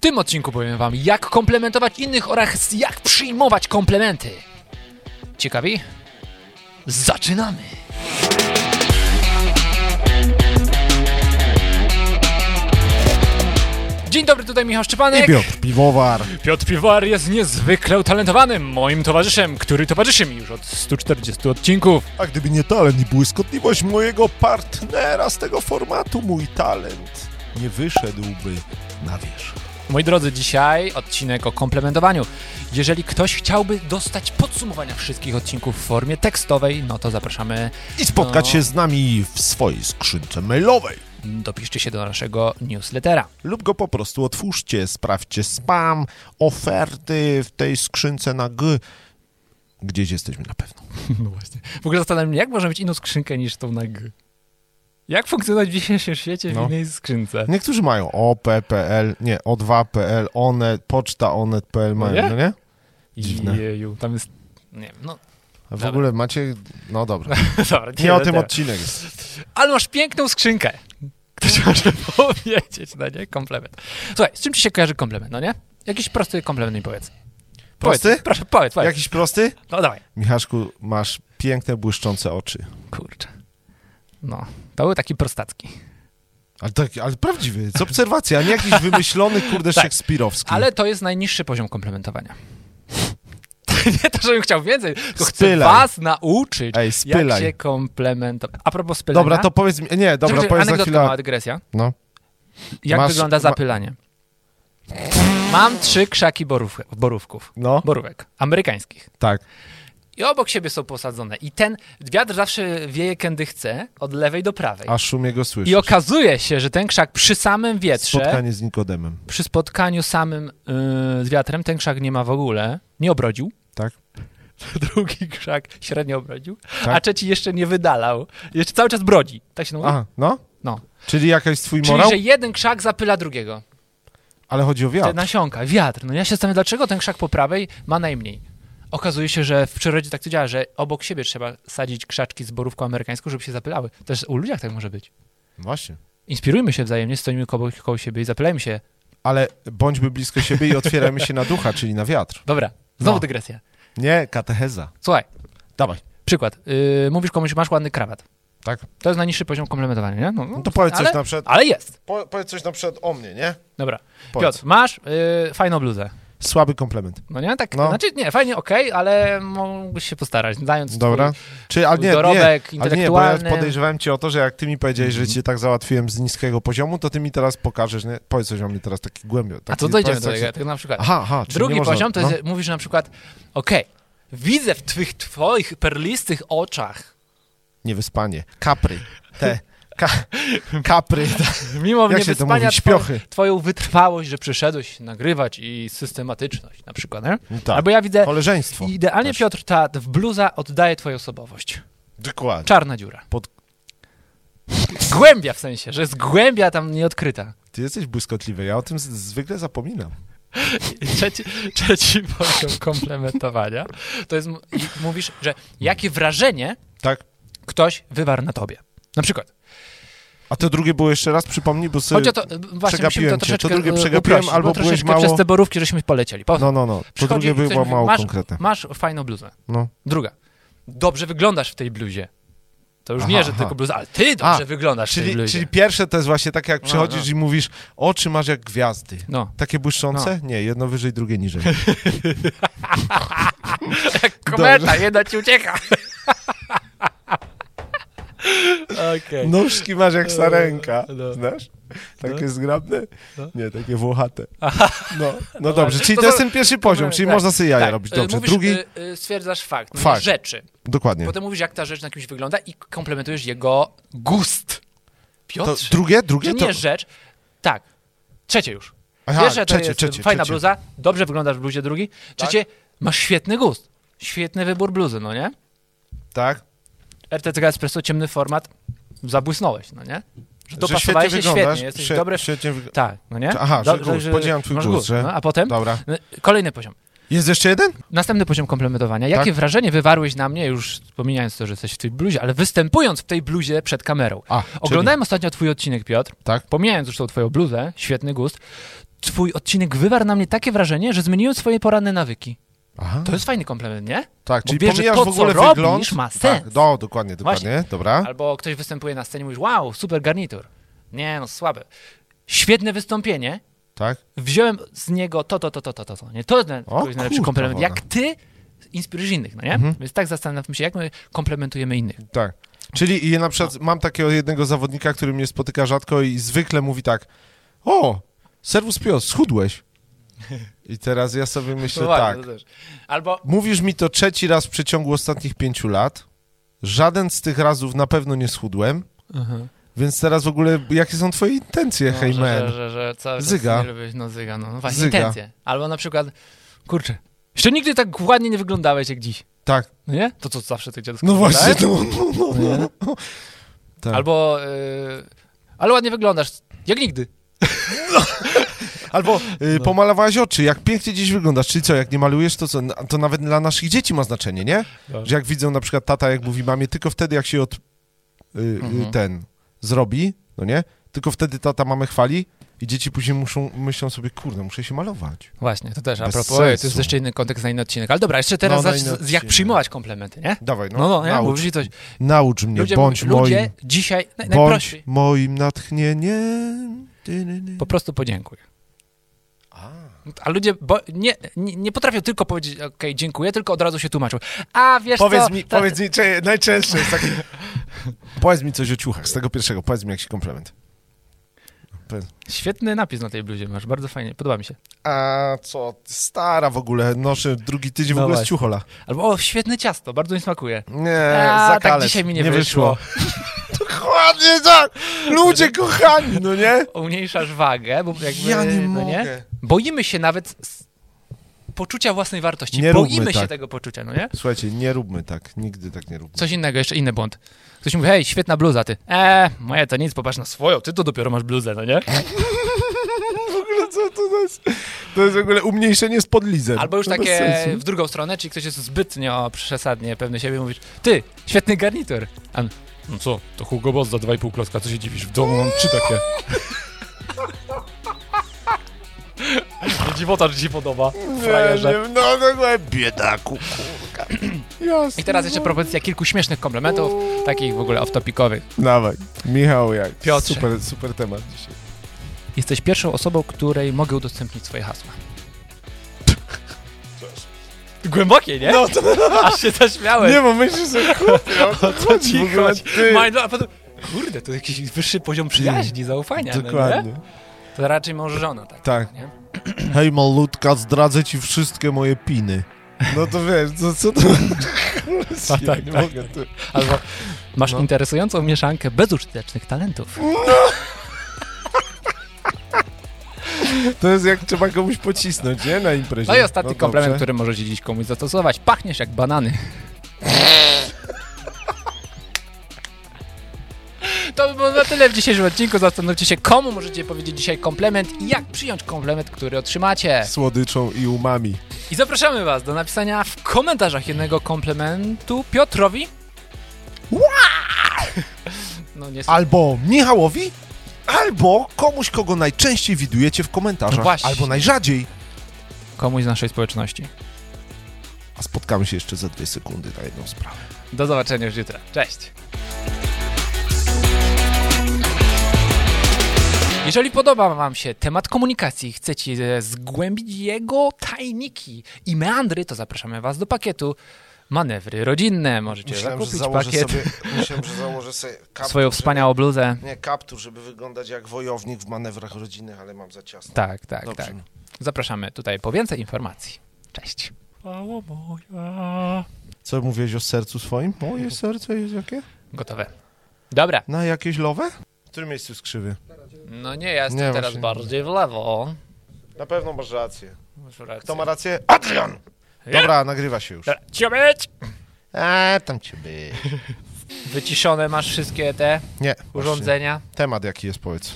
tym odcinku powiem wam, jak komplementować innych oraz jak przyjmować komplementy. Ciekawi? Zaczynamy! Dzień dobry, tutaj Michał Szczepanek. I Piotr Piwowar. Piotr Piwar jest niezwykle utalentowanym moim towarzyszem, który towarzyszy mi już od 140 odcinków. A gdyby nie talent i błyskotliwość mojego partnera z tego formatu, mój talent nie wyszedłby na wierzch. Moi drodzy, dzisiaj odcinek o komplementowaniu. Jeżeli ktoś chciałby dostać podsumowania wszystkich odcinków w formie tekstowej, no to zapraszamy, I spotkać No. się z nami w swojej skrzynce mailowej. dopiszcie się do naszego newslettera. Lub go po prostu otwórzcie, sprawdźcie spam, oferty w tej skrzynce na G. Gdzieś jesteśmy na pewno. No właśnie. W ogóle zastanawiam się, jak może mieć inną skrzynkę niż tą na G? Jak funkcjonować w dzisiejszym świecie No. w innej skrzynce? Niektórzy mają OP.pl, nie, O2.pl, Onet, poczta Onet.pl mają, nie? no nie? Dziwne. Jeju, tam jest... Nie wiem, no A w Dobra. ogóle macie, no dobra. dobra. Nie o będę tym teraz. odcinek jest. ale masz piękną skrzynkę. No. Ktoś może powiedzieć, no nie? Komplement. Słuchaj, z czym ci się kojarzy komplement, no nie? Jakiś prosty komplement mi powiedz. Powiedz, Prosty? Proszę, powiedz, powiedz. Jakiś prosty? No dawaj. Michaszku, masz piękne, błyszczące oczy. Kurczę. No, to był taki prostacki. Ale, tak, ale prawdziwy, z obserwacji, a nie jakiś wymyślony, kurde, Tak. szekspirowski. Ale to jest najniższy poziom komplementowania. nie to, żebym chciał więcej, tylko chcę Spylaj. was nauczyć, Ej, jak spylaj. się komplementować. A propos spylania. Dobra, to powiedz mi, nie, dobra, Słuchajcie, powiedz na anegdotka, mała chwilę. dygresja. No. Jak Masz- wygląda ma- zapylanie? Mam trzy krzaki borów, borówków. No, Borówek. Amerykańskich. tak. I obok siebie są posadzone. I ten wiatr zawsze wieje kiedy chce, od lewej do prawej. A szumie go słyszy. I okazuje się, że ten krzak przy samym wietrze, Spotkanie z Nikodemem. przy spotkaniu samym yy, z wiatrem, ten krzak nie ma w ogóle, nie obrodził. Tak. Drugi krzak średnio obrodził, Tak. a trzeci jeszcze nie wydalał. Jeszcze cały czas brodzi. Tak się to mówi? Aha, no? No. Czyli jakaś twój Czyli, morał? że jeden krzak zapyla drugiego. Ale chodzi o Te wiatr. nasionka, wiatr. No ja się zastanawiam, dlaczego ten krzak po prawej ma najmniej. Okazuje się, że w przyrodzie tak to działa, że obok siebie trzeba sadzić krzaczki z borówką amerykańską, żeby się zapylały. Też u ludziach tak może być. Właśnie. Inspirujmy się wzajemnie, stoimy koło, koło siebie i zapylajmy się. Ale bądźmy blisko siebie i otwierajmy się na ducha, czyli na wiatr. Dobra, znowu No. dygresja. Nie, katecheza. Słuchaj, Dawaj. przykład. Yy, mówisz komuś, masz ładny krawat. Tak. To jest najniższy poziom komplementowania, nie? No to powiedz ale, coś na przykład. Ale jest. Po, powiedz coś na przykład o mnie, nie? Dobra. Powiedz. Piotr, masz yy, fajną bluzę. Słaby komplement. No nie? Tak, No. znaczy nie, fajnie, okej, ale mógłbyś się postarać, dając Dobra. Czy, ale nie, nie, dorobek Ale nie, bo ja intelektualny. podejrzewałem cię o to, że jak ty mi powiedziałeś, że cię tak załatwiłem z niskiego poziomu, to ty mi teraz pokażesz, nie? powiedz coś o mnie teraz taki głębio. A Taki, co dojdziemy powiedz do coś- tego? Tak na przykład. Aha, aha. czyli Drugi nie można, poziom to jest, no. że mówisz na przykład, okej, widzę w twych, twoich perlistych oczach, Niewyspanie. Kapry. Te. Ka, kapry. tak. mimo Jak się to mówi? niewyspania, Śpiochy. twoją, twoją wytrwałość, że przyszedłeś nagrywać i systematyczność na przykład, nie? No tak. Albo ja widzę, Koleżeństwo. Tak. idealnie też. Piotr, ta w bluza oddaje twoją osobowość. Dokładnie. Czarna dziura. Pod- Głębia w sensie, że jest głębia tam nieodkryta. Ty jesteś błyskotliwy, ja o tym z- zwykle zapominam. I Trzeci, trzeci poziom komplementowania to jest, m- i mówisz, że jakie wrażenie Tak? ktoś wywarł na tobie. Na przykład, A to drugie było jeszcze raz, przypomnij, bo sobie... Chodzi o to, e, właśnie musimy przegapiłem to cię. troszeczkę To drugie e, przegapiłem, uprościć, albo bo byłeś troszeczkę mało- przez te borówki, żeśmy polecieli. Po, No, no, no. To przychodzi drugie i ktoś było mówi, mało masz, konkretne. Masz fajną bluzę. No. Druga. Dobrze wyglądasz w tej bluzie. To już Aha, nie, że aha. tylko bluza, ale ty dobrze A, wyglądasz w tej Czyli, bluzie. czyli pierwsze to jest właśnie tak, jak przychodzisz no. i mówisz, oczy masz jak gwiazdy. No, Takie błyszczące? Nie, jedno wyżej, drugie niżej. kometa, jedna ci ucieka. Okej. E, Nóżki masz jak sarenka, No. znasz? Takie zgrabne? No. tak. Nie, takie włochate. No, no dobrze, czyli To to jest są- ten pierwszy poziom, czyli tak, można sobie jaja tak. robić. E, Dobrze, Mówisz, drugi, e, e, Stwierdzasz fakt, mówisz Fakt. rzeczy. dokładnie. Potem mówisz, jak ta rzecz na kimś wygląda i komplementujesz jego gust. To Piotrze. No, drugie, Czy drugie? nie To... rzecz? Tak. Trzecie już. Aha, Pierwsze to trzecie, jest trzecie, fajna trzecie. Tak. bluza, dobrze wyglądasz w bluzie drugi. Trzecie, masz świetny gust. Świetny wybór bluzy, no nie? Tak? RTCK Espresso, ciemny format, zabłysnąłeś, no nie? Że Że dopasowałeś się świetnie, wyglądasz, jesteś świet- dobry... w- Świetnie wygl... Tak, no nie? Aha, że gust, podzielam twój masz gust, że- No, a potem? Dobra. No, Kolejny poziom. Jest jeszcze jeden? Następny poziom komplementowania. Jakie Tak. wrażenie wywarłeś na mnie, już pomijając to, że jesteś w tej bluzie, ale występując w tej bluzie przed kamerą? A, Oglądałem ostatnio twój odcinek, Piotr. Tak. Pomijając już tą twoją bluzę, świetny gust. twój odcinek wywarł na mnie takie wrażenie, że zmieniłem swoje poranne nawyki. Aha. To jest fajny komplement, nie? Tak, Bo czyli wiesz, że pomijasz to, w ogóle co robisz, wygląd. ma Tak, sens. no, dokładnie, dokładnie, Właśnie. dobra. Albo ktoś występuje na scenie i mówisz, wow, super garnitur. Nie, no słabe. Świetne wystąpienie, Tak? wziąłem z niego to, to, to, to, to, to. to. Nie, to jest naj- O, to jest najlepszy kurwa komplement. woda. Mhm. Jak ty inspirujesz innych, no nie? Więc tak zastanówmy się, jak my komplementujemy innych. Tak. Czyli i na przykład No. mam takiego jednego zawodnika, który mnie spotyka rzadko i zwykle mówi tak: O, serwus pios, schudłeś. I teraz ja sobie myślę No właśnie, tak. to też. Albo Mówisz mi to trzeci raz w przeciągu ostatnich pięciu lat. Żaden z tych razów na pewno nie schudłem, więc teraz w ogóle jakie są twoje intencje, no, hej że, man? Że, że, że cały czas Zyga. nie lubisz, no zyga, no, no właśnie, Zyga. intencje. Albo na przykład, kurczę, jeszcze nigdy tak ładnie nie wyglądałeś jak dziś, Tak, no nie? To co zawsze ty dziadko no właśnie, wyglądałeś? no, no, no, no. Tak. tak? Albo, y, ale ładnie wyglądasz, jak nigdy. Albo No. y, pomalowałaś oczy, jak pięknie dziś wyglądasz, czyli co, jak nie malujesz, to co, na- to nawet dla naszych dzieci ma znaczenie, nie? Tak. Że jak widzą na przykład tata, jak mówi mamie, tylko wtedy jak się od, y, y, Mhm. ten zrobi, no nie? Tylko wtedy tata mamę chwali i dzieci później muszą, myślą sobie, kurde, muszę się malować. Właśnie, to też, a Bez propos, ej, to jest sensu. jeszcze inny kontekst na inny odcinek. Ale dobra, jeszcze teraz No, na zacz- inny z- jak odcinek. przyjmować komplementy, nie? Dawaj, no, No, no, nie? naucz, Mówisz coś, naucz mnie, Ludzie, bądź ludzie moim, dzisiaj naj, bądź najprościej. moim natchnieniem. Dy, dy, dy. Po prostu podziękuj. A ludzie bo, nie, nie, nie potrafią tylko powiedzieć, okej, dziękuję, tylko od razu się tłumaczą. A wiesz co? ta- mi, czy, najczęstsze jest taki... powiedz mi coś o ciuchach, z tego pierwszego, powiedz mi jakiś komplement. Powiedz. Świetny napis na tej bluzie masz, bardzo fajnie, podoba mi się. A co, ty stara w ogóle, noszę drugi tydzień w No ogóle z właśnie. ciuchola. Albo o, świetne ciasto, bardzo mi smakuje. E, Nie, A, zakalec. tak dzisiaj mi nie Dokładnie tak! Ludzie kochani, no nie? Umniejszasz wagę, bo jakby, Ja nie no mogę. nie? Boimy się nawet s- poczucia własnej wartości. Nie róbmy Boimy się tak. tego poczucia, no nie? Słuchajcie, nie róbmy tak, nigdy tak nie róbmy. Coś innego, jeszcze inny błąd. Ktoś mówi, hej, świetna bluza, ty. Eee, moja to nic, popatrz na swoją, ty to dopiero masz bluzę, no E, nie? W ogóle co to jest? To jest w ogóle umniejszenie z podlizem. Albo już To bez takie sensu. w drugą stronę, czyli ktoś jest zbytnio przesadnie pewny siebie, mówisz, ty, świetny garnitur. A on, no co, to Hugo Boss za 2,5 klocka, co się dziwisz, w domu mam trzy takie. Nie dziwota, że ci podoba, Nie, frajerze. nie, no dokładnie, biedaku, kurka. Jasne. I teraz jeszcze propozycja kilku śmiesznych komplementów, takich w ogóle off-topicowych. Dawaj, Michał jak, Piotrze. super, super temat dzisiaj. Jesteś pierwszą osobą, której mogę udostępnić swoje hasła. Głębokie, nie? No to Aż się zaśmiałem. nie, bo myślisz że kurde, o co Co chodzi ci w ogóle, chodzi? ty. Mind, a potem, kurde, to jakiś wyższy poziom przyjaźni, zaufania. no nie? Dokładnie. To raczej może żona, tak. Tak. Nie? Hej malutka, zdradzę ci wszystkie moje piny. No to wiesz, co, co to... A, tak, nie tak. mogę. Ty. Albo masz No. interesującą mieszankę bezużytecznych talentów. To jest jak trzeba komuś pocisnąć, nie? Na imprezie. No i ostatni dobrze. komplement, który możecie dziś komuś zastosować. Pachniesz jak banany. To by było na tyle w dzisiejszym odcinku. Zastanówcie się, komu możecie powiedzieć dzisiaj komplement i jak przyjąć komplement, który otrzymacie. Słodyczą i umami. I zapraszamy Was do napisania w komentarzach jednego komplementu Piotrowi. No nie Albo Michałowi, albo komuś, kogo najczęściej widujecie w komentarzach. No właśnie. Albo najrzadziej. komuś z naszej społeczności. A spotkamy się jeszcze za dwie sekundy na jedną sprawę. Do zobaczenia już jutro. Cześć! Jeżeli podoba Wam się temat komunikacji i chcecie e, zgłębić jego tajniki i meandry, to zapraszamy Was do pakietu Manewry Rodzinne. Możecie zakupić pakiet, myślałem, że założę sobie kaptur, swoją wspaniałą bluzę. Nie, kaptur, żeby wyglądać jak wojownik w manewrach rodzinnych, ale mam za ciasno. Tak, tak, tak. Zapraszamy tutaj po więcej informacji. Cześć. moja. Co mówiłeś o sercu swoim? Moje serce jest jakie? Gotowe. Dobra. Na jakieś lowe? W którym miejscu jest krzywy? No nie, ja jestem Nie, teraz właśnie. bardziej w lewo. Na pewno masz rację. Masz rację. Kto ma rację? Adrian! Dobra, nagrywa się już. Dobra, Ciebie! A tam ciebie. Wyciszone masz wszystkie te Nie. urządzenia. właśnie. Temat jaki jest, powiedz.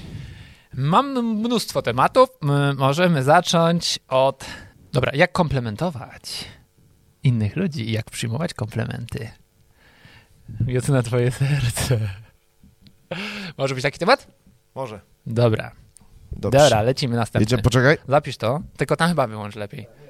Mam mnóstwo tematów. M- Możemy zacząć od... Dobra, jak komplementować innych ludzi i jak przyjmować komplementy? Wiec na twoje serce. Może być taki temat? Może. Dobra. Dobrze. Dobra, lecimy następny. Jedzie, poczekaj. Zapisz to, tylko tam chyba wyłącz lepiej.